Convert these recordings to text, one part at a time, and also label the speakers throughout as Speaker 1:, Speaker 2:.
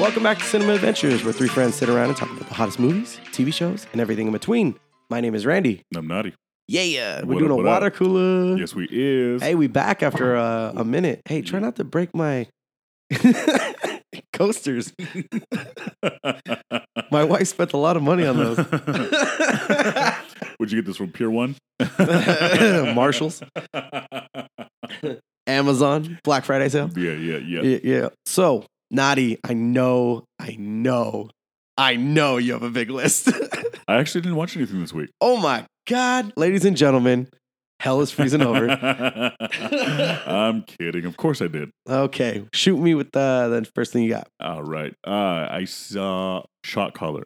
Speaker 1: Welcome back to Cinema Adventures, where three friends sit around and talk about the hottest movies, TV shows, and everything in between. My name is Randy.
Speaker 2: I'm naughty.
Speaker 1: Yeah, we're
Speaker 2: What
Speaker 1: doing
Speaker 2: up,
Speaker 1: a
Speaker 2: what
Speaker 1: water
Speaker 2: up?
Speaker 1: cooler.
Speaker 2: Yes, we is.
Speaker 1: Mm. Hey, we back after uh, a minute. Hey, try not to break my coasters. My wife spent a lot of money on those.
Speaker 2: Would you get this from Pier One?
Speaker 1: Marshalls. Amazon Black Friday sale.
Speaker 2: Yeah, yeah, yeah.
Speaker 1: Yeah, yeah. So, Naughty, I know, I know, I know you have a big list.
Speaker 2: I actually didn't watch anything this week.
Speaker 1: oh my God, ladies and gentlemen, hell is freezing over.
Speaker 2: I'm kidding. Of course I did.
Speaker 1: Okay, shoot me with the, the first thing you got.
Speaker 2: All right. Uh, I saw Shot Collar.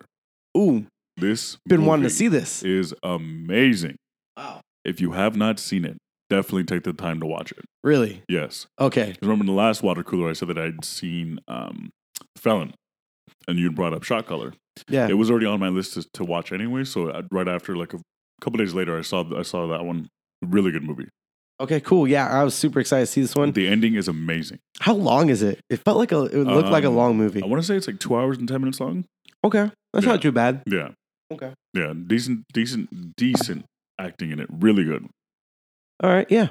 Speaker 1: Ooh,
Speaker 2: This
Speaker 1: been wanting to
Speaker 2: movie
Speaker 1: see this.
Speaker 2: is amazing.
Speaker 1: Wow,
Speaker 2: If you have not seen it, definitely take the time to watch it.
Speaker 1: really?
Speaker 2: Yes.
Speaker 1: Okay,
Speaker 2: 'Cause Remember in the last water cooler, I said that I'd seen um, Felon, and you brought up Shot Color.
Speaker 1: yeah.
Speaker 2: It was already on my list to, to watch anyway. So I- right after, like a couple days later, I saw I saw that one. Really good movie.
Speaker 1: Okay, cool. Yeah, I was super excited to see this one.
Speaker 2: The ending is amazing.
Speaker 1: How long is it? It felt like a. It looked like a
Speaker 2: Um,
Speaker 1: long movie.
Speaker 2: I want to say it's like two hours and ten minutes long.
Speaker 1: Okay, that's
Speaker 2: Yeah.
Speaker 1: not too bad.
Speaker 2: Yeah,
Speaker 1: Okay.
Speaker 2: yeah. Decent, decent, decent acting in it. Really good.
Speaker 1: All right. Yeah.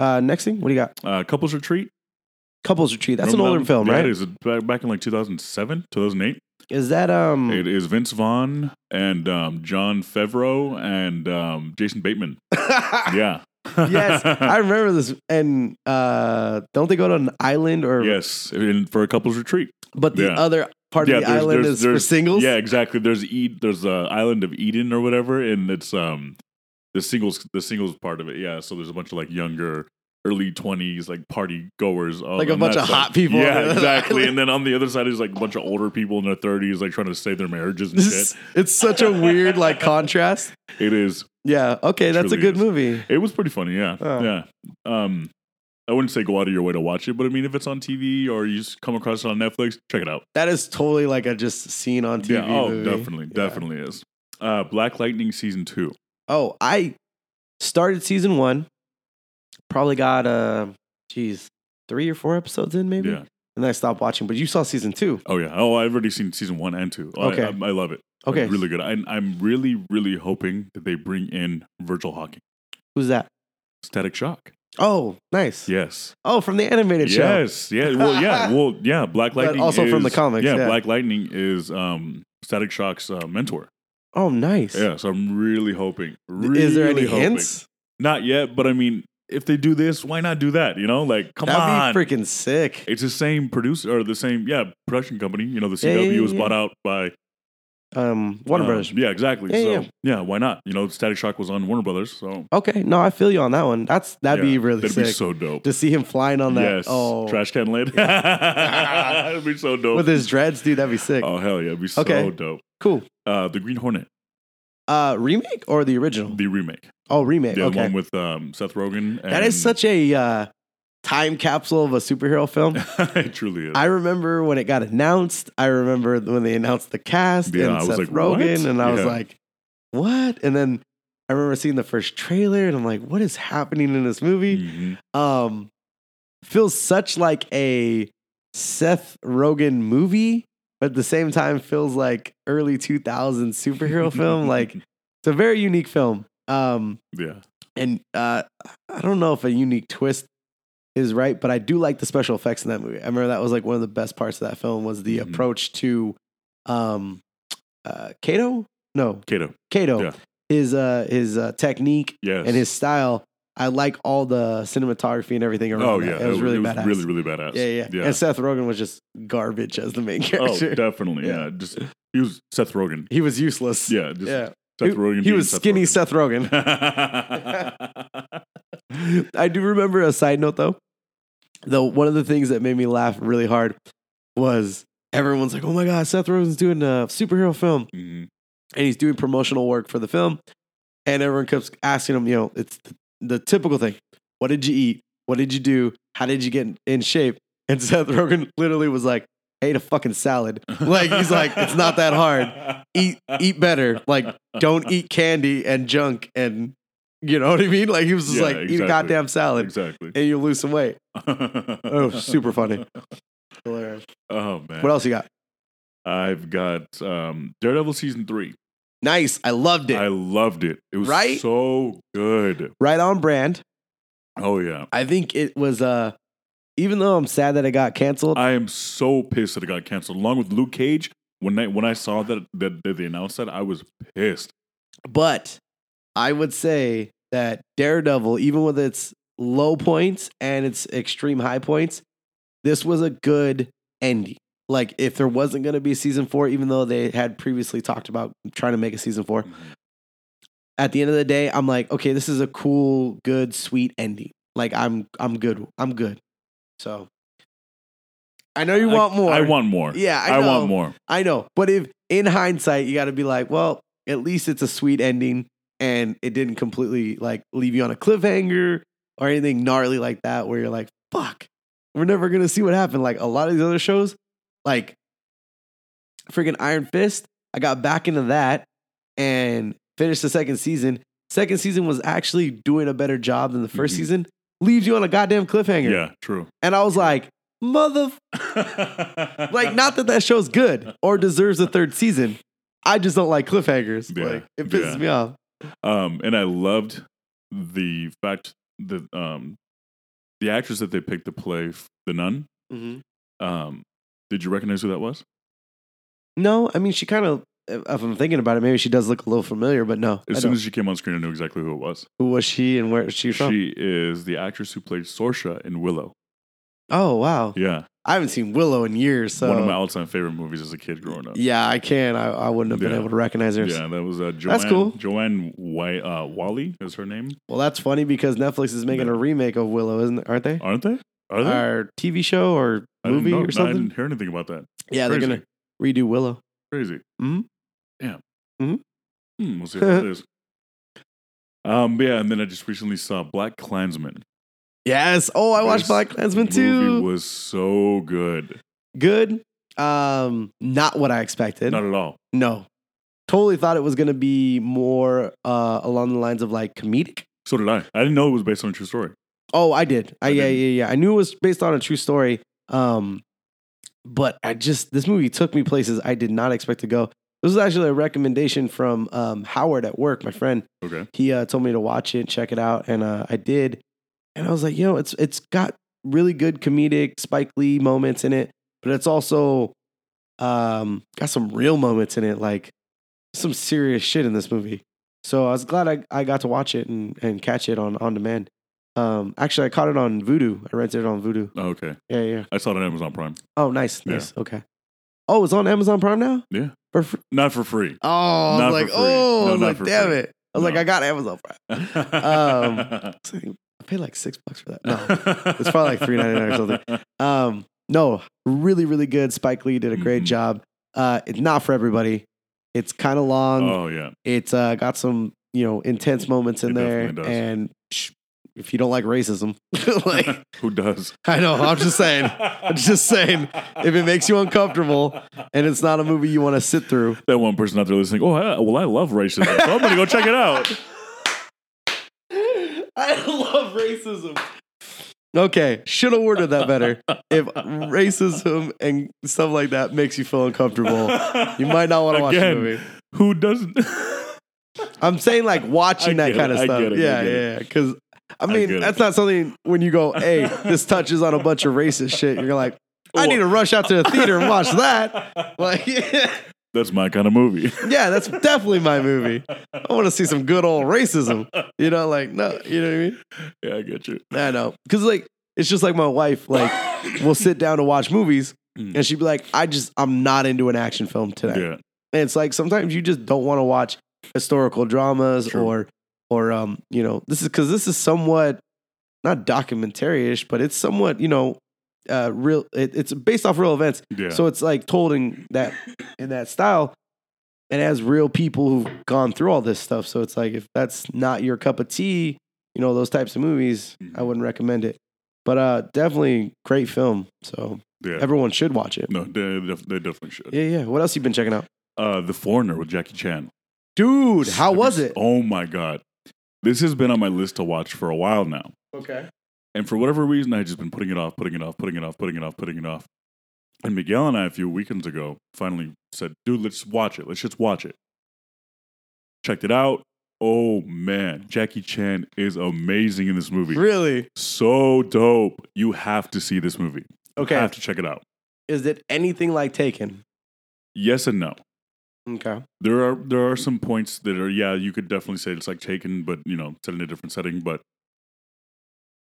Speaker 1: Uh, next thing, what do you got?
Speaker 2: Uh, Couples Retreat.
Speaker 1: Couples Retreat. That's an
Speaker 2: Remember
Speaker 1: older
Speaker 2: that
Speaker 1: film,
Speaker 2: one? Yeah,
Speaker 1: right?
Speaker 2: It
Speaker 1: Is.
Speaker 2: is back, back in like 2007, 2008.
Speaker 1: that um?
Speaker 2: It is Vince Vaughn and um, John Favreau and um, Jason Bateman. Yeah.
Speaker 1: yes, I remember this. And uh, don't they go to an island or?
Speaker 2: yes, in, for a couple's retreat.
Speaker 1: But the
Speaker 2: Yeah.
Speaker 1: other part
Speaker 2: Yeah,
Speaker 1: of the
Speaker 2: there's-
Speaker 1: island
Speaker 2: there's-
Speaker 1: is for
Speaker 2: there's-
Speaker 1: singles.
Speaker 2: Yeah, exactly. There's Ed, there's the island of Eden or whatever, and it's um the singles the singles part of it. Yeah, so there's a bunch of like younger early 20s like party goers on-
Speaker 1: Like a
Speaker 2: on
Speaker 1: bunch
Speaker 2: that
Speaker 1: of
Speaker 2: side.
Speaker 1: hot people on the
Speaker 2: yeah
Speaker 1: other
Speaker 2: exactly
Speaker 1: island.
Speaker 2: and then on the other side is like a bunch of older people in their 30s like trying to save their marriages and
Speaker 1: This-
Speaker 2: shit
Speaker 1: it's such a weird like contrast.
Speaker 2: it is
Speaker 1: Yeah. Okay, that's a
Speaker 2: Truly
Speaker 1: good
Speaker 2: is.
Speaker 1: movie.
Speaker 2: it was pretty funny yeah
Speaker 1: Oh.
Speaker 2: yeah um i wouldn't say go out of your way to watch it but i mean if it's on tv or you just come across it on netflix check it out
Speaker 1: That is totally like a just seen on TV.
Speaker 2: yeah oh
Speaker 1: movie.
Speaker 2: definitely
Speaker 1: Yeah.
Speaker 2: definitely is uh black lightning season two
Speaker 1: Oh, I started season one. Probably got uh, geez, three or four episodes in maybe,
Speaker 2: Yeah.
Speaker 1: and then I stopped watching. But you saw season two.
Speaker 2: Oh yeah. Oh, I've already seen season one and two. Oh, I-
Speaker 1: Okay.
Speaker 2: I, I love it. Like,
Speaker 1: Okay,
Speaker 2: really good. I, I'm really, really hoping that they bring in Virgil Hawking,
Speaker 1: who's that?
Speaker 2: Static Shock.
Speaker 1: Oh, nice.
Speaker 2: Yes.
Speaker 1: Oh, from the animated show.
Speaker 2: Yes. Yeah. Well. Yeah. Well. Yeah. Black
Speaker 1: But
Speaker 2: Lightning.
Speaker 1: also from the
Speaker 2: is-
Speaker 1: comics,
Speaker 2: Yeah,
Speaker 1: yeah.
Speaker 2: Black Lightning is um, Static Shock's uh, mentor.
Speaker 1: Oh, nice.
Speaker 2: Yeah. So I'm really hoping. Really
Speaker 1: is there any
Speaker 2: hoping.
Speaker 1: hints?
Speaker 2: Not yet, but I mean, if they do this, why not do that? You know, like come
Speaker 1: That'd
Speaker 2: on.
Speaker 1: be freaking sick.
Speaker 2: it's the same producer or the same yeah production company. You know, the CW
Speaker 1: Yeah, yeah,
Speaker 2: was
Speaker 1: yeah.
Speaker 2: bought out by
Speaker 1: Um, Warner
Speaker 2: Um,
Speaker 1: Brothers.
Speaker 2: Yeah, exactly.
Speaker 1: Yeah,
Speaker 2: so
Speaker 1: yeah.
Speaker 2: yeah. why not? You know, Static Shock was on Warner Brothers, so
Speaker 1: Okay, no, I feel you on that one. That's that'd
Speaker 2: yeah,
Speaker 1: be really
Speaker 2: that'd
Speaker 1: sick
Speaker 2: be so dope.
Speaker 1: to see him flying on that.
Speaker 2: yes,
Speaker 1: oh,
Speaker 2: trash can lid. that'd be so dope.
Speaker 1: with his dreads, dude. That'd be sick.
Speaker 2: oh hell yeah, it'd be so
Speaker 1: Okay.
Speaker 2: dope.
Speaker 1: Cool.
Speaker 2: Uh, the Green Hornet,
Speaker 1: Uh, remake or the original?
Speaker 2: the remake,
Speaker 1: oh, remake.
Speaker 2: the
Speaker 1: okay.
Speaker 2: one with um, Seth Rogen. And
Speaker 1: That is such a uh, time capsule of a superhero film.
Speaker 2: it truly is.
Speaker 1: I remember when it got announced. I remember when they announced the cast
Speaker 2: Yeah,
Speaker 1: and
Speaker 2: I was
Speaker 1: Seth
Speaker 2: like,
Speaker 1: Rogen,
Speaker 2: "What?"
Speaker 1: and I was
Speaker 2: Yeah.
Speaker 1: like, "What?" And then I remember seeing the first trailer, and I'm like, "What is happening in this movie?"
Speaker 2: Mhm.
Speaker 1: Um, feels such like a Seth Rogen movie, but at the same time, feels like early 2000s superhero film. Like it's a very unique film. Um,
Speaker 2: yeah,
Speaker 1: and uh, I don't know if a unique twist is right, but I do like the special effects in that movie. I remember that was like one of the best parts of that film was the
Speaker 2: Mhm.
Speaker 1: approach to um uh Kato? No,
Speaker 2: Kato.
Speaker 1: Kato.
Speaker 2: Yeah.
Speaker 1: His uh his uh, technique
Speaker 2: Yes,
Speaker 1: and his style. I like all the cinematography and everything around
Speaker 2: Oh
Speaker 1: that.
Speaker 2: yeah,
Speaker 1: It was really badass.
Speaker 2: really, really badass.
Speaker 1: yeah, yeah, yeah. And Seth Rogen was just garbage as the main
Speaker 2: oh,
Speaker 1: character.
Speaker 2: definitely. Yeah.
Speaker 1: Yeah.
Speaker 2: just he was Seth Rogen.
Speaker 1: he was useless.
Speaker 2: Yeah, just
Speaker 1: yeah. He-
Speaker 2: Seth Rogen.
Speaker 1: he,
Speaker 2: being
Speaker 1: was skinny
Speaker 2: Rogen.
Speaker 1: Seth Rogen. I do remember a side note though. Though one of the things that made me laugh really hard was everyone's like, "Oh my god, Seth Rogen's doing a superhero film
Speaker 2: Mhm.
Speaker 1: and he's doing promotional work for the film." And everyone keeps asking him, you know, it's the, the typical thing. What did you eat? What did you do? How did you get in, in shape? And Seth Rogen literally was like, ate a fucking salad. Like he's like, it's not that hard. Eat eat better. Like don't eat candy and junk and you know what I mean? Like he was just
Speaker 2: Yeah,
Speaker 1: like eat a
Speaker 2: exactly.
Speaker 1: goddamn salad
Speaker 2: Exactly.
Speaker 1: and you lose some weight.
Speaker 2: oh,
Speaker 1: super funny. Hilarious.
Speaker 2: Oh man.
Speaker 1: What else you got?
Speaker 2: I've got um, Daredevil season three.
Speaker 1: Nice. I loved it.
Speaker 2: I loved it. It was
Speaker 1: Right?
Speaker 2: so good.
Speaker 1: right on brand.
Speaker 2: Oh yeah.
Speaker 1: I think it was uh even though I'm sad that it got canceled,
Speaker 2: I am so pissed that it got canceled. Along with Luke Cage, when I when I saw that that, that they announced that, I was pissed.
Speaker 1: but I would say that Daredevil, even with its low points and its extreme high points, this was a good ending. Like if there wasn't going to be season 4 even though they had previously talked about trying to make a season 4, at the end of the day, I'm like, okay, this is a cool, good, sweet ending. Like I'm I'm good. I'm good. So I know you
Speaker 2: I-
Speaker 1: want more.
Speaker 2: I want more.
Speaker 1: Yeah, I,
Speaker 2: I,
Speaker 1: know.
Speaker 2: want more.
Speaker 1: I know. But if in hindsight, you got to be like, well, at least it's a sweet ending and it didn't completely like leave you on a cliffhanger or anything gnarly like that where you're like, fuck, we're never going to see what happened. Like a lot of these other shows, like freaking Iron Fist, I got back into that and finished the second season. Second season was actually doing a better job than the 1st
Speaker 2: Mhm.
Speaker 1: season. Leaves you on a goddamn cliffhanger.
Speaker 2: Yeah, true.
Speaker 1: And I was like, mother like not that that show's good or deserves a third season. I just don't like cliffhangers.
Speaker 2: Yeah,
Speaker 1: Like it pisses
Speaker 2: yeah.
Speaker 1: me off.
Speaker 2: Um, and I loved the fact that um, the actress that they picked to play f- the nun. Um, did you recognize who that was?
Speaker 1: No, I mean she kind of. If I'm thinking about it, maybe she does look a little familiar, but no.
Speaker 2: As
Speaker 1: I
Speaker 2: soon
Speaker 1: don't.
Speaker 2: as she came on screen, I knew exactly who it was.
Speaker 1: Who was she and where is she from?
Speaker 2: She is the actress who played Sorsha in Willow.
Speaker 1: oh wow,
Speaker 2: Yeah,
Speaker 1: I haven't seen Willow in years. So
Speaker 2: one of my all-time favorite movies as a kid growing up.
Speaker 1: yeah, I can. I, I wouldn't have been
Speaker 2: Yeah.
Speaker 1: able to recognize her.
Speaker 2: Yeah, that was uh, Joanne.
Speaker 1: That's cool.
Speaker 2: Joanne Wy- uh, Wally is her name,
Speaker 1: Well, that's funny because Netflix is making a remake of Willow, isn't it? Aren't they?
Speaker 2: aren't they? Are they?
Speaker 1: Our TV show or
Speaker 2: I didn't
Speaker 1: movie
Speaker 2: know-
Speaker 1: or
Speaker 2: no, I
Speaker 1: something?
Speaker 2: didn't hear anything about that.
Speaker 1: Yeah, they're
Speaker 2: Crazy.
Speaker 1: gonna redo Willow.
Speaker 2: Crazy.
Speaker 1: Mhm.
Speaker 2: Yeah.
Speaker 1: Mhm.
Speaker 2: Hmm, we'll see how it is. Um, but yeah, and then I just recently saw Black Klansman.
Speaker 1: Yes. Oh, I watched
Speaker 2: This
Speaker 1: Black Klansman
Speaker 2: Movie
Speaker 1: too.
Speaker 2: was so good.
Speaker 1: good. Um, not what I expected.
Speaker 2: Not at all.
Speaker 1: no, totally thought it was gonna be more uh along the lines of like comedic.
Speaker 2: So did I. I didn't know it was based on a true story.
Speaker 1: Oh, I did. I,
Speaker 2: I
Speaker 1: yeah,
Speaker 2: didn't.
Speaker 1: yeah, yeah. I knew it was based on a true story. Um, but I just this movie took me places I did not expect to go. This was actually a recommendation from um, Howard at work, my friend.
Speaker 2: Okay.
Speaker 1: He uh, told me to watch it, check it out, and uh, I did. And I was like, you know, it's it's got really good comedic Spike Lee moments in it, but it's also um, got some real moments in it, like some serious shit in this movie. So I was glad I, I got to watch it and, and catch it on on demand. Um, actually, I caught it on Vudu. I rented it on Vudu.
Speaker 2: Oh, okay.
Speaker 1: Yeah, yeah.
Speaker 2: I saw it on Amazon Prime.
Speaker 1: Oh, nice,
Speaker 2: Yeah.
Speaker 1: nice. Okay. Oh, it's on Amazon Prime now.
Speaker 2: Yeah.
Speaker 1: For fr-
Speaker 2: Not for free.
Speaker 1: oh, I
Speaker 2: Not
Speaker 1: was like,
Speaker 2: for free.
Speaker 1: oh,
Speaker 2: No,
Speaker 1: I was
Speaker 2: not
Speaker 1: like,
Speaker 2: for
Speaker 1: damn
Speaker 2: free.
Speaker 1: it. I was like,
Speaker 2: No.
Speaker 1: I got Amazon Prime.
Speaker 2: um,
Speaker 1: So I paid like six bucks for that. No. it's probably like $3.99 or something. Um, no, really, really good. Spike Lee did a great
Speaker 2: Mhm.
Speaker 1: job. Uh, it's not for everybody. It's kind of long.
Speaker 2: Oh yeah.
Speaker 1: It's uh, got some you know intense moments in
Speaker 2: It
Speaker 1: there,
Speaker 2: definitely does.
Speaker 1: and psh, if you don't like racism, like
Speaker 2: Who does?
Speaker 1: I know, I'm just saying, I'm just saying, if it makes you uncomfortable and it's not a movie you want to sit through.
Speaker 2: that one person out there listening, oh, I, well, I love racism. So I'm going to go check it out.
Speaker 1: I love racism. Okay, should have worded that better. If racism and stuff like that makes you feel uncomfortable, you might not want to watch the
Speaker 2: Again.
Speaker 1: movie.
Speaker 2: Who doesn't?
Speaker 1: I'm saying like watching
Speaker 2: I
Speaker 1: that
Speaker 2: get
Speaker 1: kind
Speaker 2: it,
Speaker 1: of
Speaker 2: I
Speaker 1: stuff.
Speaker 2: get it, I
Speaker 1: yeah,
Speaker 2: get it.
Speaker 1: yeah, yeah. Because I
Speaker 2: I
Speaker 1: mean,
Speaker 2: get it.
Speaker 1: that's not something when you go, hey, this touches on a bunch of racist shit. You're like, I need to rush out to the theater and watch that. Like, yeah,
Speaker 2: That's my kind of movie.
Speaker 1: that's definitely my movie. I want to see some good old racism. You know, like no, you know what I mean?
Speaker 2: Yeah, I get you.
Speaker 1: I know. Cause like it's just like my wife, like we'll sit down to watch movies
Speaker 2: Mm.
Speaker 1: and she'd be like, I just I'm not into an action film today.
Speaker 2: yeah,
Speaker 1: And it's like sometimes you just don't want to watch historical dramas
Speaker 2: True.
Speaker 1: or or um, you know, this is cause this is somewhat not documentary-ish, but it's somewhat, you know, uh real it, it's based off real events.
Speaker 2: yeah.
Speaker 1: So it's like told in that in that style and as real people who've gone through all this stuff. So it's like if that's not your cup of tea, you know, those types of movies, I
Speaker 2: Mhm.
Speaker 1: wouldn't recommend it. But uh definitely great film. So
Speaker 2: Yeah.
Speaker 1: Everyone should watch it.
Speaker 2: no, they, def- they definitely should.
Speaker 1: Yeah, yeah. What else you been checking out,
Speaker 2: Uh, the Foreigner with Jackie Chan.
Speaker 1: dude? How
Speaker 2: Have you
Speaker 1: was
Speaker 2: s-
Speaker 1: it?
Speaker 2: Oh my god, this has been on my list to watch for a while now,
Speaker 1: Okay.
Speaker 2: and for whatever reason, I've just been putting it off, putting it off, putting it off, putting it off, putting it off. And Miguel and I a few weekends ago finally said, "Dude, let's watch it. Let's just watch it." Checked it out. Oh man, Jackie Chan is amazing in this movie.
Speaker 1: Really?
Speaker 2: So dope. You have to see this movie.
Speaker 1: Okay.
Speaker 2: You have to check it out.
Speaker 1: Is it anything like Taken?
Speaker 2: Yes and no.
Speaker 1: Okay.
Speaker 2: There are there are some points that are yeah you could definitely say it's like Taken but you know set in a different setting but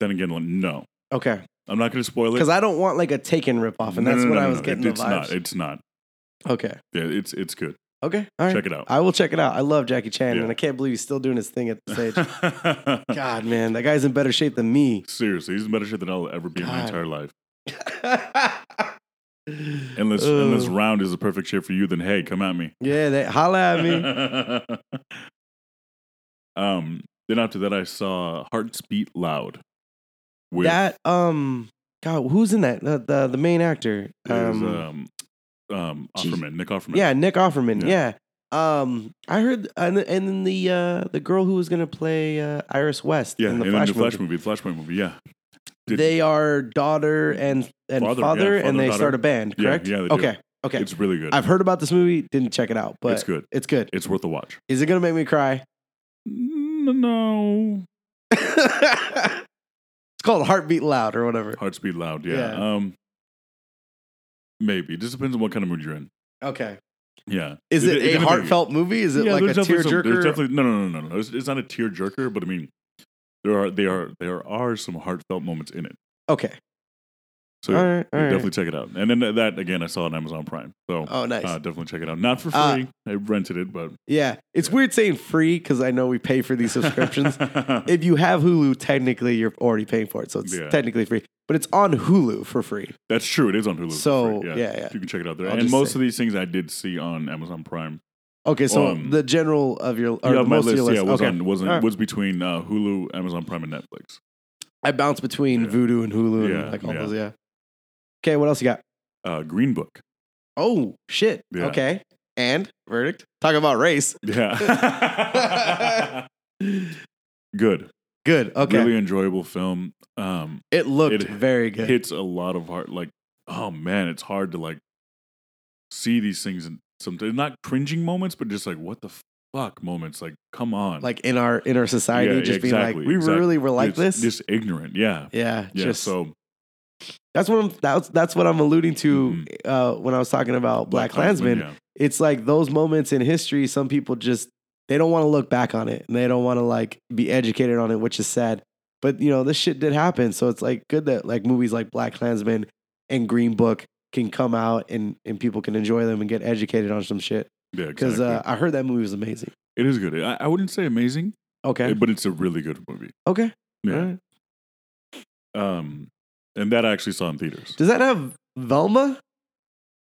Speaker 2: then again like, no
Speaker 1: Okay.
Speaker 2: I'm not going to spoil it
Speaker 1: Because I don't want like a Taken ripoff, and
Speaker 2: No,
Speaker 1: that's
Speaker 2: no, no,
Speaker 1: what
Speaker 2: no,
Speaker 1: I was
Speaker 2: no.
Speaker 1: getting
Speaker 2: It-
Speaker 1: the
Speaker 2: it's
Speaker 1: vibes.
Speaker 2: not it's not
Speaker 1: okay.
Speaker 2: yeah it's it's good
Speaker 1: Okay. All right.
Speaker 2: check it out
Speaker 1: I will check it out. I love Jackie Chan,
Speaker 2: Yeah.
Speaker 1: and I can't believe he's still doing his thing at this age. God, man, that guy's in better shape than me.
Speaker 2: seriously he's in better shape than I'll ever be in my
Speaker 1: God.
Speaker 2: entire life
Speaker 1: yeah,
Speaker 2: unless
Speaker 1: Ugh.
Speaker 2: unless round is the perfect shape for you then hey come at me
Speaker 1: they holla at me.
Speaker 2: um, then after that, I saw Hearts Beat Loud. With
Speaker 1: that um, God, who's in that? The the, the main actor.
Speaker 2: is,
Speaker 1: Um,
Speaker 2: um, um,
Speaker 1: geez.
Speaker 2: Offerman, Nick Offerman.
Speaker 1: yeah, Nick Offerman.
Speaker 2: Yeah.
Speaker 1: Yeah. Um, I heard, and then- and then the uh the girl who was gonna play uh, Iris West
Speaker 2: yeah,
Speaker 1: in
Speaker 2: and
Speaker 1: the
Speaker 2: then
Speaker 1: Flash
Speaker 2: the
Speaker 1: movie.
Speaker 2: Flash movie, the Flashpoint movie. Yeah, Did-
Speaker 1: They are daughter and and
Speaker 2: Father,
Speaker 1: father, and
Speaker 2: yeah, father,
Speaker 1: they
Speaker 2: daughter.
Speaker 1: start a band.
Speaker 2: Yeah,
Speaker 1: Correct.
Speaker 2: yeah, they do.
Speaker 1: okay. Okay.
Speaker 2: it's really good.
Speaker 1: I've heard about this movie. Didn't check it out, but
Speaker 2: it's good.
Speaker 1: It's good.
Speaker 2: It's worth a watch.
Speaker 1: Is it gonna make me cry?
Speaker 2: N- No,
Speaker 1: it's called Heartbeat Loud or whatever.
Speaker 2: Hearts Beat Loud. Yeah.
Speaker 1: Yeah.
Speaker 2: Um, maybe it just depends on what kind of mood you're in.
Speaker 1: Okay.
Speaker 2: Yeah.
Speaker 1: Is it,
Speaker 2: depends
Speaker 1: a
Speaker 2: on-
Speaker 1: heartfelt movie? Is it
Speaker 2: Yeah,
Speaker 1: like a
Speaker 2: there's definitely some- There's
Speaker 1: tearjerker?
Speaker 2: definitely no, no, no, no, no. It's, it's not a tearjerker, but I mean, there are there are there are some heartfelt moments in it.
Speaker 1: Okay.
Speaker 2: So
Speaker 1: all right. All
Speaker 2: Yeah,
Speaker 1: right.
Speaker 2: definitely check it out. And then that again, I saw on Amazon Prime. So
Speaker 1: oh, nice.
Speaker 2: uh, definitely check it out. Not for free.
Speaker 1: Uh,
Speaker 2: I rented it, but
Speaker 1: yeah. It's weird saying free because I know we pay for these subscriptions. if you have Hulu, technically you're already paying for it, so it's
Speaker 2: Yeah.
Speaker 1: technically free. But it's on Hulu for free.
Speaker 2: That's true. It is on Hulu. for
Speaker 1: So
Speaker 2: free,
Speaker 1: yeah, yeah.
Speaker 2: you can check it out there.
Speaker 1: I'll
Speaker 2: and
Speaker 1: just
Speaker 2: most
Speaker 1: say-
Speaker 2: of these things I did see on Amazon Prime.
Speaker 1: Okay, so
Speaker 2: Um,
Speaker 1: the general of your or
Speaker 2: yeah,
Speaker 1: the
Speaker 2: my
Speaker 1: most
Speaker 2: list
Speaker 1: of your list.
Speaker 2: yeah was
Speaker 1: okay.
Speaker 2: on was on,
Speaker 1: All right.
Speaker 2: was between uh, Hulu, Amazon Prime, and Netflix.
Speaker 1: I bounce between
Speaker 2: Yeah.
Speaker 1: Voodoo and Hulu and
Speaker 2: Yeah,
Speaker 1: like all
Speaker 2: yeah.
Speaker 1: those. Yeah. Okay. What else you got?
Speaker 2: Uh, Green Book.
Speaker 1: Oh shit.
Speaker 2: Yeah.
Speaker 1: Okay. And verdict. Talk about race.
Speaker 2: Yeah. Good.
Speaker 1: Good. Okay.
Speaker 2: Really enjoyable film. Um,
Speaker 1: it looked
Speaker 2: it
Speaker 1: very good.
Speaker 2: hits a lot of hard like oh man it's hard to like see these things in sometimes not cringing moments but just like what the fuck moments like come on
Speaker 1: like in our in our society,
Speaker 2: Yeah,
Speaker 1: just being
Speaker 2: exactly,
Speaker 1: like, we
Speaker 2: exactly.
Speaker 1: really were like
Speaker 2: It's
Speaker 1: this.
Speaker 2: just ignorant yeah
Speaker 1: yeah.
Speaker 2: yeah
Speaker 1: just
Speaker 2: so
Speaker 1: that's what I'm. That's that's what I'm alluding to
Speaker 2: Mhm.
Speaker 1: uh, when I was talking about Black, Klansman.
Speaker 2: yeah.
Speaker 1: It's like those moments in history. Some people just they don't want to look back on it and they don't want to like be educated on it, which is sad. But you know this shit did happen, so it's like good that like movies like Black Klansman and Green Book can come out and and people can enjoy them and get educated on some shit.
Speaker 2: yeah
Speaker 1: Because
Speaker 2: exactly.
Speaker 1: uh, I heard that movie was amazing.
Speaker 2: it is good I, I wouldn't say amazing
Speaker 1: Okay.
Speaker 2: but it's a really good movie
Speaker 1: Okay. All
Speaker 2: yeah
Speaker 1: right.
Speaker 2: um and that I actually saw in theaters
Speaker 1: Does that have Velma?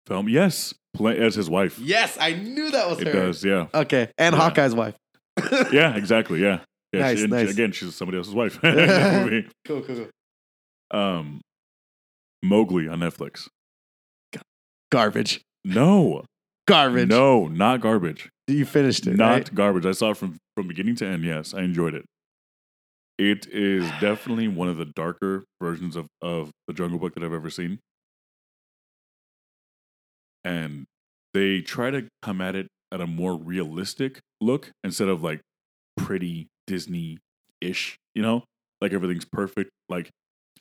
Speaker 2: film yes play as his wife
Speaker 1: Yes, I knew that was
Speaker 2: it does yeah
Speaker 1: Okay, and
Speaker 2: Yeah.
Speaker 1: Hawkeye's wife.
Speaker 2: yeah exactly yeah yeah
Speaker 1: Nice,
Speaker 2: she- and she-
Speaker 1: nice.
Speaker 2: again she's somebody else's wife in that movie.
Speaker 1: Cool, cool, cool.
Speaker 2: um Mowgli on Netflix.
Speaker 1: Garbage,
Speaker 2: No,
Speaker 1: garbage.
Speaker 2: no, not garbage.
Speaker 1: you finished it.
Speaker 2: not
Speaker 1: right?
Speaker 2: garbage. I saw it from from beginning to end. Yes, I enjoyed it. It is definitely one of the darker versions of of the Jungle Book that I've ever seen, and they try to come at it at a more realistic look instead of like pretty Disney ish. You know, like everything's perfect. Like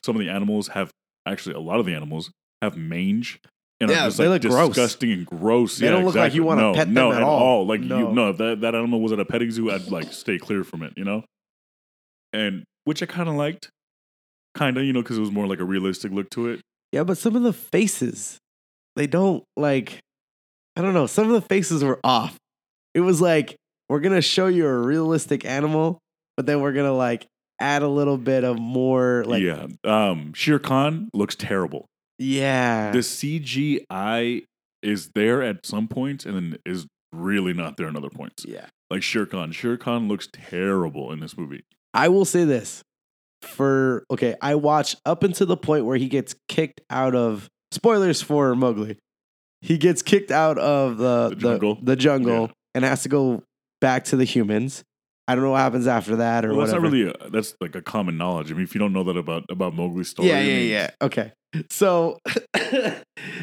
Speaker 2: some of the animals have actually a lot of the animals have mange. And
Speaker 1: Yeah,
Speaker 2: are just
Speaker 1: they
Speaker 2: like
Speaker 1: look gross.
Speaker 2: disgusting and gross.
Speaker 1: They
Speaker 2: Yeah,
Speaker 1: don't look like
Speaker 2: exactly.
Speaker 1: you wanna
Speaker 2: no,
Speaker 1: pet them
Speaker 2: no,
Speaker 1: at all.
Speaker 2: all. Like you,
Speaker 1: No.
Speaker 2: no, if that, that animal was at a petting zoo, I'd like stay clear from it, you know? And which I kind of liked, kind of, you know, because it was more like a realistic look to it.
Speaker 1: Yeah, but some of the faces, they don't like. I don't know. Some of the faces were off. It was like we're gonna show you a realistic animal, but then we're gonna like add a little bit of more like yeah.
Speaker 2: yeah. Um, Shere Khan looks terrible. The CGI is there at some points and then is really not there in other points.
Speaker 1: yeah.
Speaker 2: Like Shere Khan. Shere Khan looks terrible in this movie.
Speaker 1: I will say this for okay, I watched up until the point where he gets kicked out of spoilers for Mowgli. He gets kicked out of the the
Speaker 2: The jungle.
Speaker 1: jungle, the, jungle
Speaker 2: Yeah.
Speaker 1: and has to go back to the humans. I don't know what happens after that or
Speaker 2: Well, that's
Speaker 1: whatever.
Speaker 2: not really a, that's like a common knowledge. I mean, if you don't know that about about Mowgli's story,
Speaker 1: yeah,
Speaker 2: I
Speaker 1: yeah,
Speaker 2: mean,
Speaker 1: yeah. Okay. So,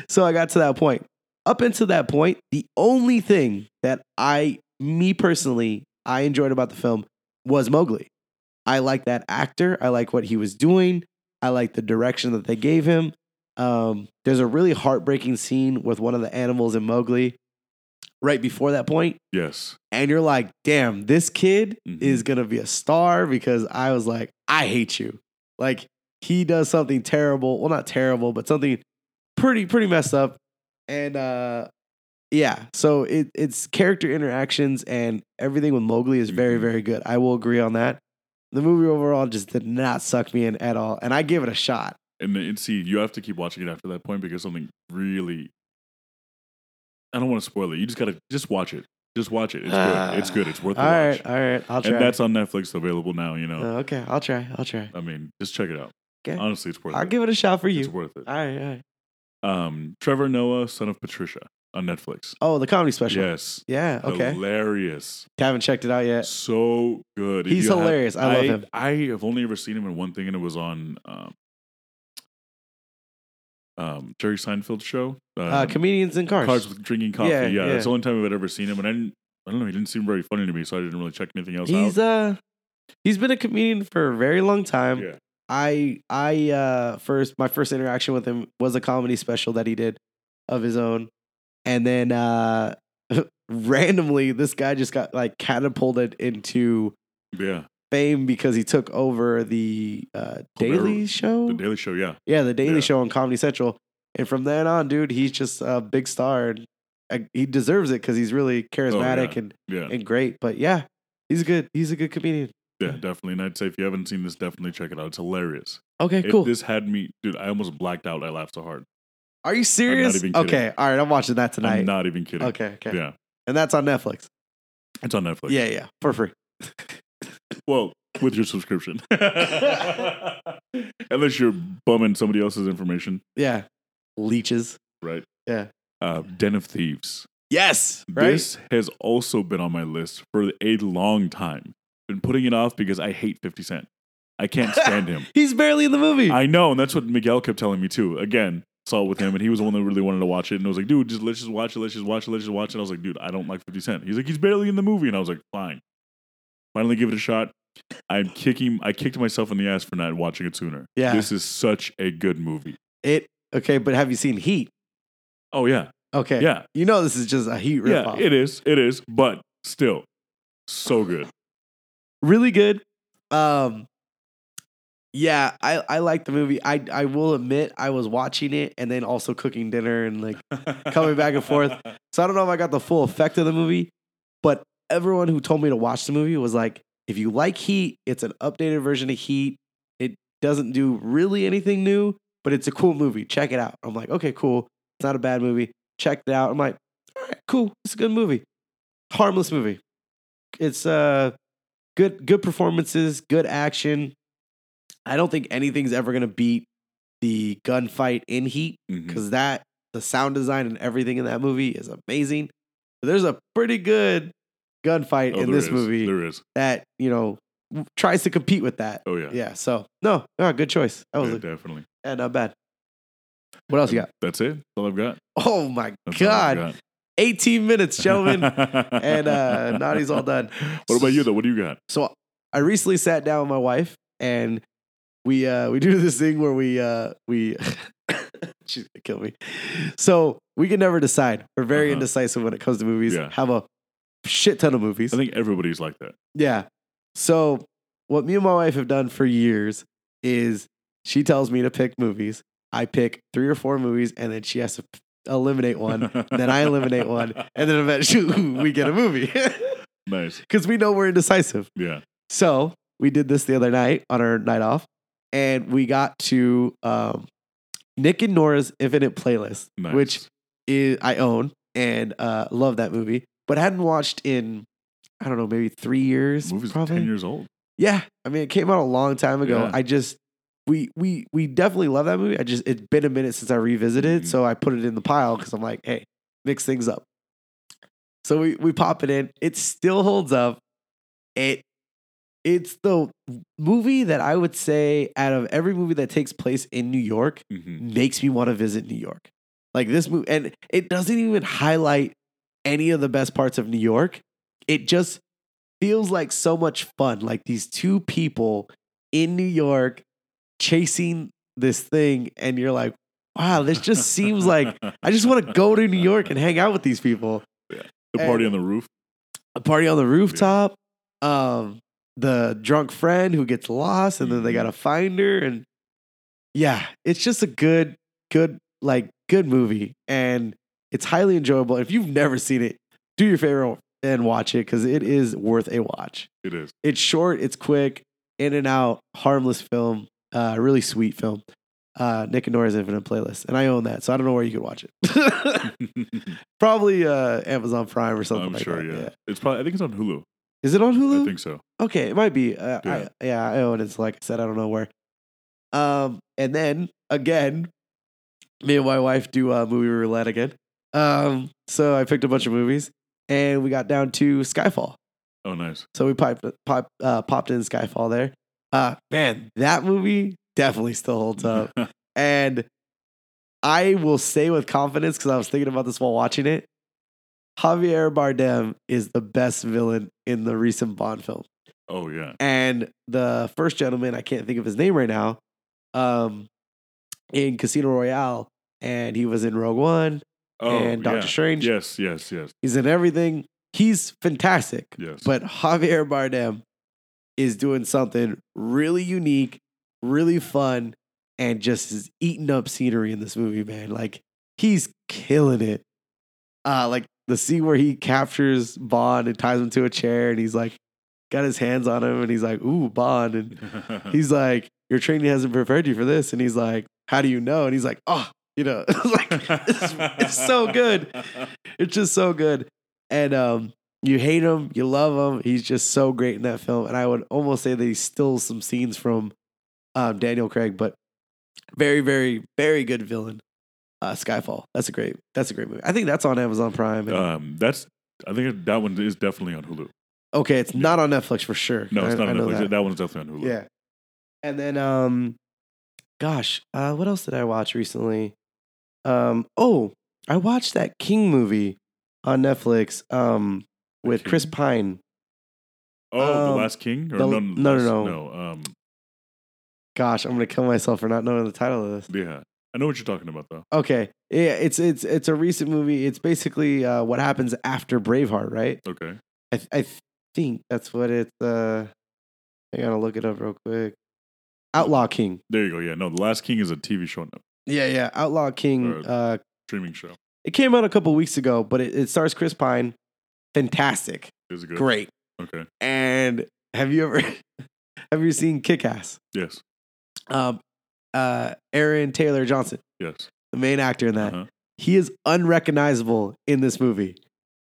Speaker 1: so I got to that point. Up until that point, the only thing that I, me personally, I enjoyed about the film was Mowgli. I like that actor. I like what he was doing. I like the direction that they gave him. Um, there's a really heartbreaking scene with one of the animals in Mowgli right before that point,
Speaker 2: Yes,
Speaker 1: and you're like, damn, this kid
Speaker 2: Mhm.
Speaker 1: is gonna be a star because I was like, I hate you. Like he does something terrible. Well, not terrible, but something pretty, pretty messed up. And uh yeah, so it it's character interactions and everything with Mowgli is very,
Speaker 2: Mhm.
Speaker 1: very good. I will agree on that. The movie overall just did not suck me in at all. And I give it a shot.
Speaker 2: and and see, you have to keep watching it after that point because something really. I don't want to spoil it. You just gotta just watch it. Just watch it. It's
Speaker 1: Ah.
Speaker 2: good. It's good. It's worth a
Speaker 1: All
Speaker 2: watch.
Speaker 1: right, all right, I'll try.
Speaker 2: and that's on Netflix available now. You know,
Speaker 1: Uh, okay, I'll try. I'll try.
Speaker 2: I mean, just check it out.
Speaker 1: Okay.
Speaker 2: Honestly, it's worth
Speaker 1: I'll
Speaker 2: it.
Speaker 1: give it a shot for
Speaker 2: It's
Speaker 1: you.
Speaker 2: worth it.
Speaker 1: All right, all right.
Speaker 2: Um, Trevor Noah, son of Patricia, on Netflix.
Speaker 1: Oh, the comedy special.
Speaker 2: Yes.
Speaker 1: Yeah, okay.
Speaker 2: Hilarious.
Speaker 1: Haven't checked it out yet.
Speaker 2: So good. If
Speaker 1: He's
Speaker 2: you have-
Speaker 1: hilarious. I love him.
Speaker 2: I have only ever seen him in one thing, and it was on um, um, Jerry Seinfeld show. Um,
Speaker 1: Uh, comedians in cars.
Speaker 2: Cars with drinking coffee. Yeah,
Speaker 1: Yeah,
Speaker 2: that's
Speaker 1: yeah.
Speaker 2: the only time I've ever seen him, and I didn't. I don't know. He didn't seem very funny to me, so I didn't really check anything else
Speaker 1: He's
Speaker 2: out.
Speaker 1: uh he's been a comedian for a um, very long time.
Speaker 2: yeah,
Speaker 1: I I uh first my first interaction with him was a comedy special that he did of his own. And then uh randomly this guy just got like catapulted into
Speaker 2: yeah.
Speaker 1: fame because he took over the uh
Speaker 2: Colbert-
Speaker 1: Daily Show.
Speaker 2: The Daily Show. Yeah,
Speaker 1: yeah, the Daily
Speaker 2: Yeah.
Speaker 1: Show on Comedy Central. And from then on, dude, he's just a big star and uh, he deserves it cuz he's really charismatic and
Speaker 2: Oh, yeah,
Speaker 1: and great. But yeah, he's good. He's a good comedian.
Speaker 2: yeah. Definitely. And I'd say if you haven't seen this, definitely check it out. It's hilarious.
Speaker 1: Okay,
Speaker 2: If
Speaker 1: cool.
Speaker 2: This had me, dude. I almost blacked out. I laughed so hard.
Speaker 1: Are you serious?
Speaker 2: even kidding.
Speaker 1: okay, all right. I'm watching that
Speaker 2: I'm
Speaker 1: tonight.
Speaker 2: not even kidding.
Speaker 1: okay, okay.
Speaker 2: Yeah,
Speaker 1: And that's on Netflix.
Speaker 2: it's on Netflix.
Speaker 1: yeah, yeah, for free.
Speaker 2: Well, with your subscription. Unless you're bumming somebody else's information,
Speaker 1: Yeah, leeches.
Speaker 2: right?
Speaker 1: Yeah.
Speaker 2: Uh, Den of Thieves.
Speaker 1: Yes, right.
Speaker 2: This has also been on my list for a long time. Been putting it off because I hate 50 Cent. I can't stand him.
Speaker 1: He's barely in the movie.
Speaker 2: I know, and that's what Miguel kept telling me too. Again, saw it with him, and he was the one that really wanted to watch it. And I was like, dude, just let's just watch it, let's just watch it, let's just watch it. I was like, dude, I don't like 50 Cent. He's like, he's barely in the movie. And I was like, fine. Finally give it a shot. I'm kicking I kicked myself in the ass for not watching it sooner.
Speaker 1: Yeah.
Speaker 2: This is such a good movie.
Speaker 1: it okay, but have you seen Heat?
Speaker 2: Oh yeah.
Speaker 1: Okay,
Speaker 2: Yeah.
Speaker 1: You know this is just a Heat
Speaker 2: Yeah.
Speaker 1: ripoff.
Speaker 2: It is. It is. But still, so good.
Speaker 1: really good. Um, yeah, I I like the movie. I I will admit I was watching it and then also cooking dinner and like Coming back and forth. So I don't know if I got the full effect of the movie, but everyone who told me to watch the movie was like, if you like Heat, it's an updated version of Heat. It doesn't do really anything new, but it's a cool movie. Check it out. I'm like, okay, cool. It's not a bad movie. Check it out. I'm like, all right, cool. It's a good movie. Harmless movie. It's uh good good performances, good action. I don't think anything's ever gonna beat the gunfight in Heat
Speaker 2: Mhm.
Speaker 1: because that the sound design and everything in that movie is amazing. But there's a pretty good gunfight
Speaker 2: Oh,
Speaker 1: in
Speaker 2: there
Speaker 1: this
Speaker 2: is.
Speaker 1: movie
Speaker 2: There is.
Speaker 1: that you know w- tries to compete with that.
Speaker 2: Oh yeah.
Speaker 1: Yeah. so no, no, good choice. That was
Speaker 2: Yeah,
Speaker 1: a-
Speaker 2: definitely.
Speaker 1: yeah, not bad. What else you got?
Speaker 2: That's it. That's all I've got.
Speaker 1: Oh my
Speaker 2: That's all
Speaker 1: god,
Speaker 2: I've got.
Speaker 1: 18 minutes, gentlemen. and, uh, Nadi's all done.
Speaker 2: What about you though? What do you got?
Speaker 1: so I recently sat down with my wife and we uh we do this thing where we uh we she's gonna kill me. So we can never decide. We're very
Speaker 2: Uh-huh.
Speaker 1: indecisive when it comes to movies.
Speaker 2: Yeah.
Speaker 1: Have a shit ton of movies.
Speaker 2: I think everybody's like that.
Speaker 1: Yeah. So what me and my wife have done for years is she tells me to pick movies. I pick three or four movies, and then she has to p- eliminate one. then I eliminate one, and then eventually we get a movie
Speaker 2: Nice.
Speaker 1: because we know we're indecisive.
Speaker 2: Yeah.
Speaker 1: So we did this the other night on our night off, and we got to um, Nick and Nora's Infinite Playlist,
Speaker 2: Nice.
Speaker 1: which is, I own and uh, love that movie, but hadn't watched in I don't know maybe three years.
Speaker 2: movie's
Speaker 1: probably.
Speaker 2: ten years old.
Speaker 1: Yeah, I mean it came out a long time ago.
Speaker 2: Yeah.
Speaker 1: I just we we we definitely love that movie. I just it's been a minute since I revisited,
Speaker 2: Mhm.
Speaker 1: so I put it in the pile because I'm like, hey, mix things up. So we we pop it in. It still holds up. It it's the movie that I would say out of every movie that takes place in New York
Speaker 2: Mhm.
Speaker 1: makes me want to visit New York. Like this movie, and it doesn't even highlight any of the best parts of New York. It just feels like so much fun. Like these two people in New York chasing this thing, and you're like, wow, this just seems like I just want to go to New York and hang out with these people.
Speaker 2: the party on the roof.
Speaker 1: A party on the rooftop, um, the drunk friend who gets lost, and
Speaker 2: Mm-hmm.
Speaker 1: then they gotta find her, and yeah, it's just a good, good, like good movie, and it's highly enjoyable. If you've never seen it, do your favor and watch it because it is worth a watch.
Speaker 2: It is.
Speaker 1: It's short, it's quick, in and out, harmless film, uh, really sweet film. Uh, Nick and Nora's Infinite Playlist, and I own that, so I don't know where you could watch it. Probably uh, Amazon Prime or something.
Speaker 2: I'm
Speaker 1: like
Speaker 2: sure.
Speaker 1: that,
Speaker 2: yeah. it's probably. I think it's on Hulu.
Speaker 1: Is it on Hulu?
Speaker 2: I think so.
Speaker 1: Okay, it might be. Uh,
Speaker 2: Yeah.
Speaker 1: I, yeah, I own it. So like I said, I don't know where. Um, and then again, me and my wife do uh, movie roulette again. Um, so I picked a bunch of movies, and we got down to Skyfall.
Speaker 2: Oh, nice.
Speaker 1: So we piped, pop, uh, popped in Skyfall there. Uh, man, that movie definitely still holds up. And I will say with confidence, because I was thinking about this while watching it, Javier Bardem is the best villain in the recent Bond film.
Speaker 2: oh yeah.
Speaker 1: And the first gentleman, I can't think of his name right now, um, in Casino Royale, and he was in Rogue One,
Speaker 2: Oh,
Speaker 1: and Doctor
Speaker 2: yeah.
Speaker 1: Strange.
Speaker 2: Yes, yes, yes,
Speaker 1: He's in everything. He's fantastic.
Speaker 2: yes.
Speaker 1: But Javier Bardem is doing something really unique, really fun, and just is eating up scenery in this movie, man. Like he's killing it. Uh, like the scene where he captures Bond and ties him to a chair, and he's like, got his hands on him, and he's like, "Ooh, Bond," and he's like, "Your training hasn't prepared you for this," and he's like, "How do you know?" And he's like, "Oh, you know, like it's, it's so good." It's just so good. And um, you hate him, you love him. He's just so great in that film. And I would almost say that he steals some scenes from um, Daniel Craig, but very, very, very good villain. Uh, Skyfall. That's a great. That's a great movie. I think that's on Amazon Prime. and-
Speaker 2: Um, that's. I think that one is definitely on Hulu.
Speaker 1: okay, it's not on Netflix for sure.
Speaker 2: No, it's
Speaker 1: I-
Speaker 2: not
Speaker 1: I
Speaker 2: on
Speaker 1: know
Speaker 2: Netflix.
Speaker 1: that.
Speaker 2: That. one's definitely on Hulu.
Speaker 1: Yeah. And then um gosh, uh what else did I watch recently? Um oh, I watched that King movie on Netflix um with
Speaker 2: King?
Speaker 1: Chris Pine.
Speaker 2: Oh,
Speaker 1: Um,
Speaker 2: The Last King? Or
Speaker 1: the-
Speaker 2: no,
Speaker 1: no, no, no.
Speaker 2: No. Um,
Speaker 1: Gosh, I'm going to kill myself for not knowing the title of this.
Speaker 2: um, yeah. I know what you're talking about, though.
Speaker 1: Okay. Yeah, it's it's it's a recent movie. It's basically uh what happens after Braveheart, right?
Speaker 2: Okay.
Speaker 1: I th- I think that's what it's uh I got to look it up real quick. Outlaw King.
Speaker 2: There you go. Yeah. No, The Last King is a TV show, no,
Speaker 1: Yeah, yeah. Outlaw King
Speaker 2: Alright.
Speaker 1: uh
Speaker 2: streaming show.
Speaker 1: It came out a couple weeks ago, but it, it stars Chris Pine. Fantastic.
Speaker 2: Is it good?
Speaker 1: Great.
Speaker 2: Okay.
Speaker 1: And have you ever have you seen Kick Ass?
Speaker 2: Yes.
Speaker 1: Um uh Aaron Taylor Johnson,
Speaker 2: Yes.
Speaker 1: the main actor in that.
Speaker 2: Uh-huh.
Speaker 1: He is unrecognizable in this movie.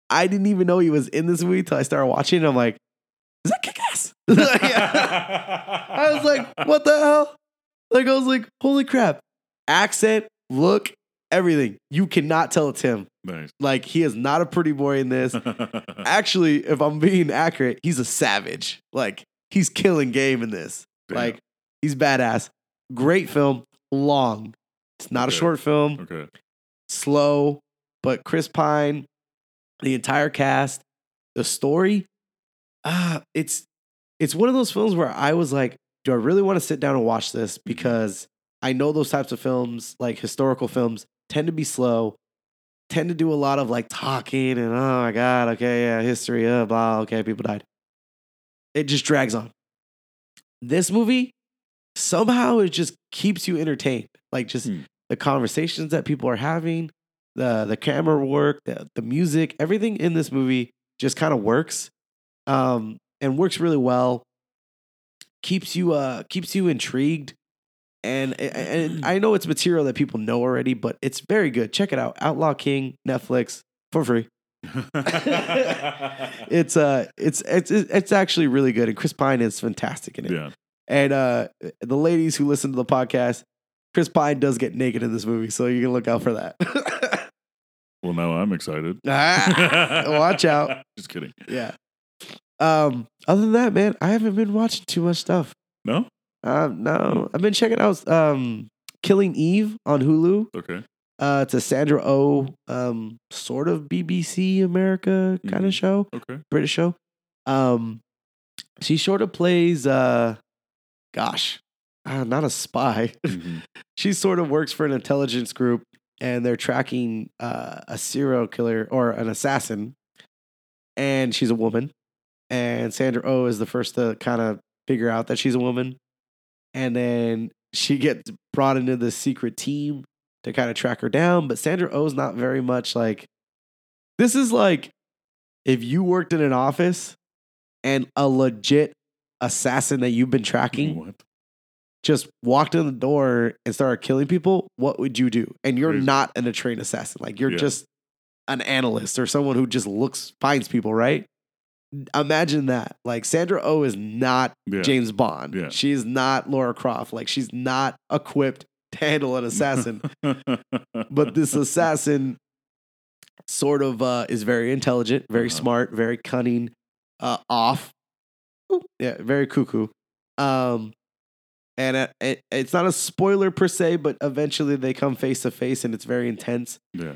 Speaker 1: I didn't even know he was in this movie till I started watching. I'm like, is that kick ass? Like, I was like, what the hell? Like I was like, holy crap. Accent, look, everything. You cannot tell it's him.
Speaker 2: Nice.
Speaker 1: Like he is not a pretty boy in this. actually, if I'm being accurate, he's a savage. Like he's killing game in this. Like he's badass. Great film. Long. It's not a
Speaker 2: Okay.
Speaker 1: short film.
Speaker 2: okay.
Speaker 1: Slow. But Chris Pine, the entire cast, the story. Ah, it's it's one of those films where I was like, do I really want to sit down and watch this? Because I know those types of films, like historical films, tend to be slow, tend to do a lot of like talking and oh my god, okay, yeah, history, uh, blah, okay, people died. It just drags on. This movie somehow it just keeps you entertained, like just
Speaker 2: Hmm.
Speaker 1: the conversations that people are having, the the camera work, the, the music, everything in this movie just kind of works, um, and works really well. Keeps you uh keeps you intrigued, and and I know it's material that people know already, but it's very good. Check it out, Outlaw King Netflix for free. It's uh it's it's it's actually really good, and Chris Pine is fantastic in it.
Speaker 2: yeah.
Speaker 1: And uh, the ladies who listen to the podcast, Chris Pine does get naked in this movie, so you can look out for that.
Speaker 2: Well, now I'm excited.
Speaker 1: Ah, Watch out.
Speaker 2: Just kidding.
Speaker 1: yeah. Um, other than that, man, I haven't been watching too much stuff.
Speaker 2: No?
Speaker 1: Um, no, I've been checking out um, Killing Eve on Hulu.
Speaker 2: Okay.
Speaker 1: Uh, it's a Sandra O, oh, um, sort of BBC America kind
Speaker 2: Mhm.
Speaker 1: of show.
Speaker 2: Okay.
Speaker 1: British show. Um, she sort of plays, uh, gosh, uh, not a spy.
Speaker 2: Mhm.
Speaker 1: she sort of works for an intelligence group, and they're tracking uh, a serial killer or an assassin, and she's a woman. And Sandra O oh is the first to kind of figure out that she's a woman, and then she gets brought into the secret team to kind of track her down. But Sandra O's not very much like this is like if you worked in an office and a legit assassin that you've been tracking
Speaker 2: What?
Speaker 1: just walked in the door and started killing people, what would you do? And you're
Speaker 2: Crazy.
Speaker 1: not an, a trained assassin. Like you're
Speaker 2: Yeah.
Speaker 1: just an analyst or someone who just looks, finds people, right? Imagine that. Like Sandra O oh is not
Speaker 2: Yeah.
Speaker 1: James Bond.
Speaker 2: Yeah.
Speaker 1: She's not Laura Croft. Like she's not equipped to handle an assassin. but this assassin sort of uh, is very intelligent, very
Speaker 2: Uh-huh.
Speaker 1: smart, very cunning, uh, off. Ooh, Yeah, very cuckoo. Um, and it, it, it's not a spoiler per se, but eventually they come face to face and it's very intense.
Speaker 2: Yeah.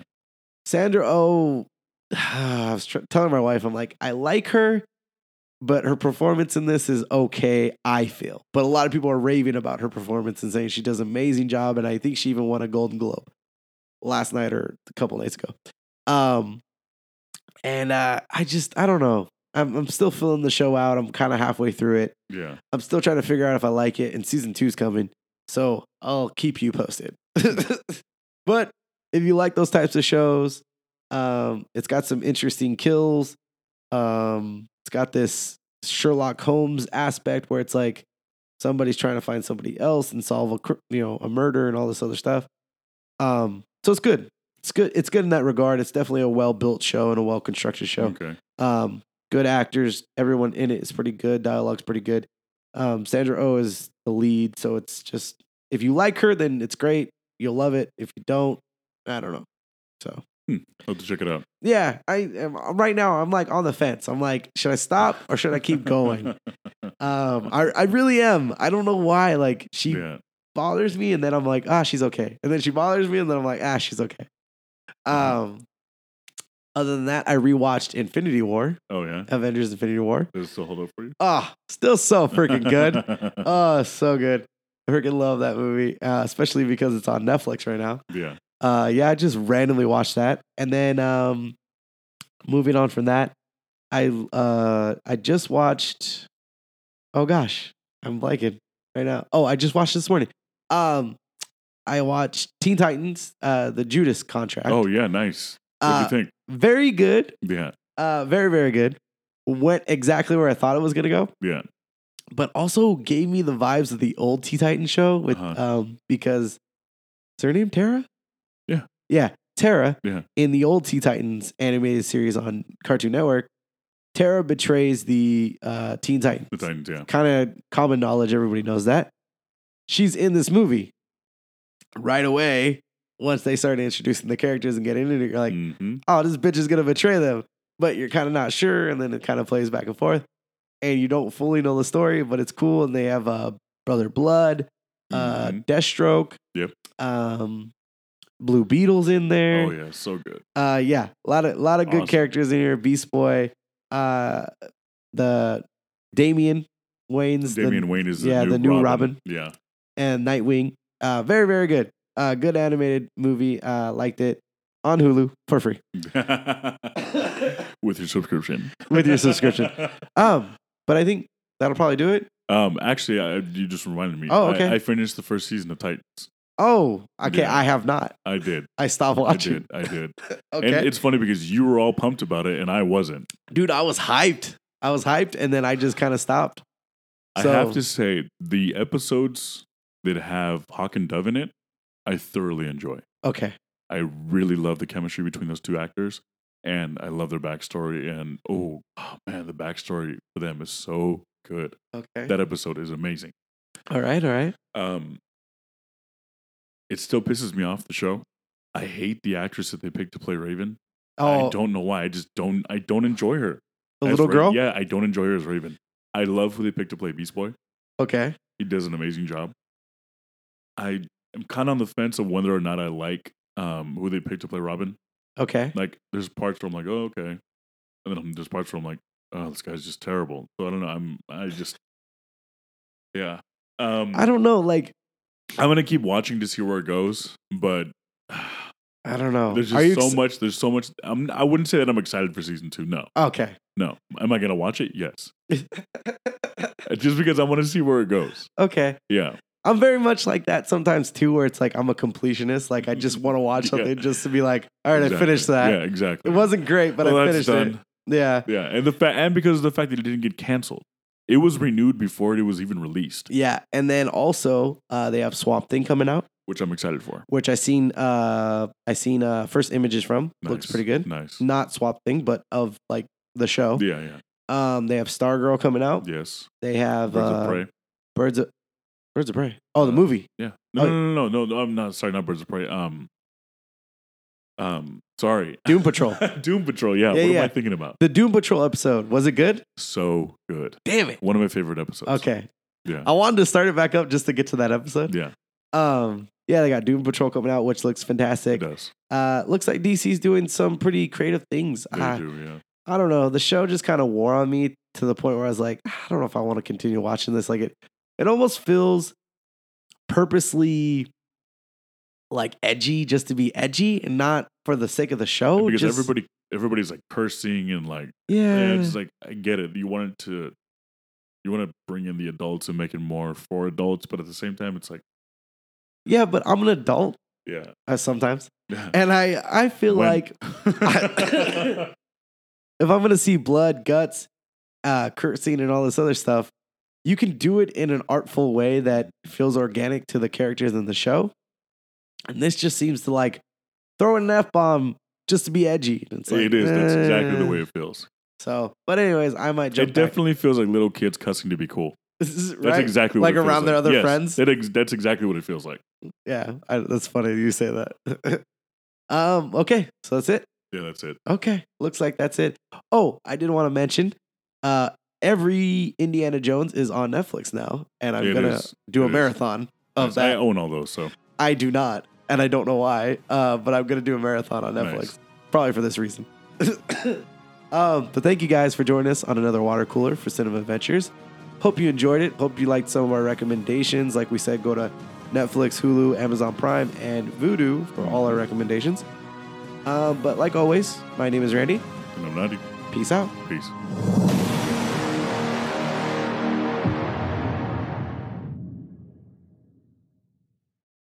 Speaker 1: Sandra Oh, I was tr- telling my wife, I'm like, I like her, but her performance in this is okay, I feel. But a lot of people are raving about her performance and saying she does an amazing job. And I think she even won a Golden Globe last night or a couple nights ago. Um, and uh, I just, I don't know. I'm, I'm still filling the show out. I'm kind of halfway through it.
Speaker 2: Yeah.
Speaker 1: I'm still trying to figure out if I like it, and season two's coming, so I'll keep you posted. but if you like those types of shows, um, it's got some interesting kills. Um, it's got this Sherlock Holmes aspect where it's like somebody's trying to find somebody else and solve a cr- you know a murder and all this other stuff. Um, so it's good. It's good. It's good in that regard. It's definitely a well built show and a well constructed show.
Speaker 2: Okay.
Speaker 1: Um, good actors. Everyone in it is pretty good. Dialogue's pretty good. Um, Sandra O oh is the lead, so it's just if you like her, then it's great. You'll love it. If you don't, I don't know. So
Speaker 2: I'll have to check it out.
Speaker 1: yeah, I am right now. I'm like on the fence. I'm like, should I stop or should I keep going? um, I I really am. I don't know why. Like she
Speaker 2: yeah.
Speaker 1: bothers me, and then I'm like, ah, she's okay. And then she bothers me, and then I'm like, ah, she's okay. Um, other than that, I rewatched Infinity War,
Speaker 2: Oh, yeah.
Speaker 1: Avengers: Infinity War.
Speaker 2: Does it still hold up for you?
Speaker 1: Ah, still so freaking good. oh, so good. I freaking love that movie, uh, especially because it's on Netflix right now.
Speaker 2: yeah.
Speaker 1: Uh, yeah, I just randomly watched that, and then um, moving on from that, I uh, I just watched. Oh gosh, I'm blanking right now. Oh, I just watched this morning. Um, I watched Teen Titans, uh, the Judas Contract.
Speaker 2: Oh, yeah. Nice. What
Speaker 1: uh,
Speaker 2: do you think?
Speaker 1: very good.
Speaker 2: Yeah.
Speaker 1: Uh, very very good. Went exactly where I thought it was gonna go
Speaker 2: Yeah.
Speaker 1: but also gave me the vibes of the old T Titan show with
Speaker 2: Uh-huh.
Speaker 1: um because is her name Tara?
Speaker 2: Yeah.
Speaker 1: Yeah. Tara
Speaker 2: Yeah.
Speaker 1: in the old T Titans animated series on Cartoon Network, Tara betrays the uh Teen Titans.
Speaker 2: The Titans. Yeah.
Speaker 1: Kind of common knowledge, everybody knows that. She's in this movie. Right away, once they started introducing the characters and getting into it, you're like,
Speaker 2: hmm
Speaker 1: oh, this bitch is gonna betray them. But you're kind of not sure, and then it kind of plays back and forth, and you don't fully know the story, but it's cool. And they have uh, Brother Blood, uh,
Speaker 2: Mhm.
Speaker 1: Deathstroke,
Speaker 2: Yep.
Speaker 1: um, Blue Beetles in there.
Speaker 2: Oh, yeah. So good.
Speaker 1: Uh, yeah, a lot of lot of good
Speaker 2: Awesome.
Speaker 1: characters in here. Beast Boy, uh, the Damien Wayne's the-
Speaker 2: Damian Wayne is the
Speaker 1: yeah,
Speaker 2: new
Speaker 1: the new Robin.
Speaker 2: Yeah.
Speaker 1: and Nightwing. Uh, very very good. Uh, good animated movie. Uh, liked it on Hulu for free
Speaker 2: With your subscription.
Speaker 1: with your subscription. Um, but I think that'll probably do it.
Speaker 2: Um, actually, I, you just reminded me.
Speaker 1: Oh,
Speaker 2: I-
Speaker 1: okay.
Speaker 2: I, finished the first season of Titans.
Speaker 1: Oh, okay.
Speaker 2: Yeah.
Speaker 1: I have not.
Speaker 2: I did.
Speaker 1: I stopped
Speaker 2: I
Speaker 1: watching.
Speaker 2: did. I did. And
Speaker 1: Okay,
Speaker 2: it's funny because you were all pumped about it and I wasn't.
Speaker 1: dude, I was hyped. I was hyped, and then I just kind of stopped.
Speaker 2: I have to say, the episodes that have Hawk and Dove in it, I thoroughly enjoy.
Speaker 1: Okay,
Speaker 2: I really love the chemistry between those two actors, and I love their backstory. And oh, oh, man, the backstory for them is so good.
Speaker 1: okay.
Speaker 2: That episode is amazing.
Speaker 1: All right, all right.
Speaker 2: Um, it still pisses me off the show. I hate the actress that they picked to play Raven. I
Speaker 1: Oh,
Speaker 2: don't know why. I just don't. I don't enjoy her.
Speaker 1: the
Speaker 2: as
Speaker 1: little
Speaker 2: Raven.
Speaker 1: girl.
Speaker 2: Yeah, I don't enjoy her as Raven. I love who they picked to play Beast Boy.
Speaker 1: Okay.
Speaker 2: He does an amazing job. I am kind of on the fence of whether or not I like um, who they picked to play Robin.
Speaker 1: Okay.
Speaker 2: Like, there's parts where I'm like, oh, okay, and then there's parts where I'm like, oh, this guy's just terrible. So I don't know. I'm. I just. Yeah. Um,
Speaker 1: I don't know. Like,
Speaker 2: I'm gonna keep watching to see where it goes, but
Speaker 1: I don't know.
Speaker 2: there's
Speaker 1: Are you
Speaker 2: just so
Speaker 1: ex-
Speaker 2: much. There's so much. I'm. I wouldn't say that I'm excited for season two. No,
Speaker 1: Okay.
Speaker 2: no. Am I gonna watch it? Yes. Just because I want to see where it goes.
Speaker 1: okay.
Speaker 2: Yeah.
Speaker 1: I'm very much like that sometimes too, where it's like I'm a completionist. Like I just want to watch
Speaker 2: Yeah.
Speaker 1: something just to be like, all right, I
Speaker 2: exactly.
Speaker 1: finished that.
Speaker 2: Yeah. Exactly.
Speaker 1: It wasn't great, but
Speaker 2: Well,
Speaker 1: I
Speaker 2: Oh, that's
Speaker 1: finished it. Yeah.
Speaker 2: Yeah, and the fact and because of the fact that it didn't get canceled, it was renewed before it was even released,
Speaker 1: Yeah. And then also uh, they have Swamp Thing coming out,
Speaker 2: which I'm excited for.
Speaker 1: which I seen uh I seen uh first images from. Looks
Speaker 2: Nice,
Speaker 1: pretty good.
Speaker 2: Nice.
Speaker 1: Not Swamp Thing, but of like the show.
Speaker 2: Yeah. Yeah.
Speaker 1: Um they have Stargirl coming out.
Speaker 2: Yes.
Speaker 1: They have
Speaker 2: Birds
Speaker 1: uh,
Speaker 2: of Prey.
Speaker 1: Birds of Birds of Prey. Oh, the
Speaker 2: Uh,
Speaker 1: movie.
Speaker 2: Yeah. No,
Speaker 1: oh.
Speaker 2: no, no, no, no, no. I'm not sorry. Not Birds of Prey. Um. Um. Sorry.
Speaker 1: Doom Patrol.
Speaker 2: Doom Patrol.
Speaker 1: Yeah,
Speaker 2: Yeah. what
Speaker 1: yeah.
Speaker 2: am I thinking about?
Speaker 1: the Doom Patrol episode. Was it good?
Speaker 2: So good.
Speaker 1: Damn it.
Speaker 2: One of my favorite episodes.
Speaker 1: Okay.
Speaker 2: Yeah.
Speaker 1: I wanted to start it back up just to get to that episode.
Speaker 2: Yeah.
Speaker 1: Um, yeah, they got Doom Patrol coming out, which looks
Speaker 2: It
Speaker 1: fantastic.
Speaker 2: does.
Speaker 1: Uh, looks like DC's doing some pretty creative things.
Speaker 2: They
Speaker 1: I,
Speaker 2: do. Yeah.
Speaker 1: I don't know. The show just kind of wore on me to the point where I was like, I don't know if I want to continue watching this. Like it, it almost feels purposely like edgy just to be edgy and not for the sake of the show.
Speaker 2: because
Speaker 1: oh, just-
Speaker 2: everybody, everybody's like cursing and like, yeah,
Speaker 1: yeah,
Speaker 2: it's just like I get it. You wanted to, you want to bring in the adults and make it more for adults, but at the same time, it's like,
Speaker 1: yeah. But I'm an adult
Speaker 2: yeah,
Speaker 1: uh, sometimes,
Speaker 2: yeah.
Speaker 1: and I, I feel
Speaker 2: When-
Speaker 1: like I- if I'm gonna see blood, guts, uh, cursing, and all this other stuff, you can do it in an artful way that feels organic to the characters in the show. And this just seems to like throw in an f bomb just to be edgy. And It's like,
Speaker 2: it is. That's exactly the
Speaker 1: eh.
Speaker 2: way it feels.
Speaker 1: So, but anyways, I might jump.
Speaker 2: It definitely feels like little kids cussing to be cool.
Speaker 1: definitely
Speaker 2: That's
Speaker 1: right.
Speaker 2: exactly what
Speaker 1: Like
Speaker 2: it feels
Speaker 1: around their other friends?
Speaker 2: That ex- that's exactly what it feels like.
Speaker 1: yeah, I, that's funny you say that. um. Okay, so that's it.
Speaker 2: Yeah, that's it.
Speaker 1: Okay, looks like that's it. Oh, I did want to mention, uh, every Indiana Jones is on Netflix now, and I'm
Speaker 2: It
Speaker 1: gonna
Speaker 2: is.
Speaker 1: do
Speaker 2: It
Speaker 1: a
Speaker 2: is.
Speaker 1: marathon of
Speaker 2: Yes, I
Speaker 1: that.
Speaker 2: own all those, so
Speaker 1: I, do not, and I don't know why, uh, but I'm gonna do a marathon on Netflix,
Speaker 2: Nice.
Speaker 1: probably for this reason. um, but thank you guys for joining us on another water cooler for Cinema Adventures. Hope you enjoyed it. Hope you liked some of our recommendations. Like we said, go to Netflix, Hulu, Amazon Prime, and Vudu for all our recommendations. Um, but like always, my name is Randy.
Speaker 2: and I'm not. e,
Speaker 1: Peace out.
Speaker 2: Peace.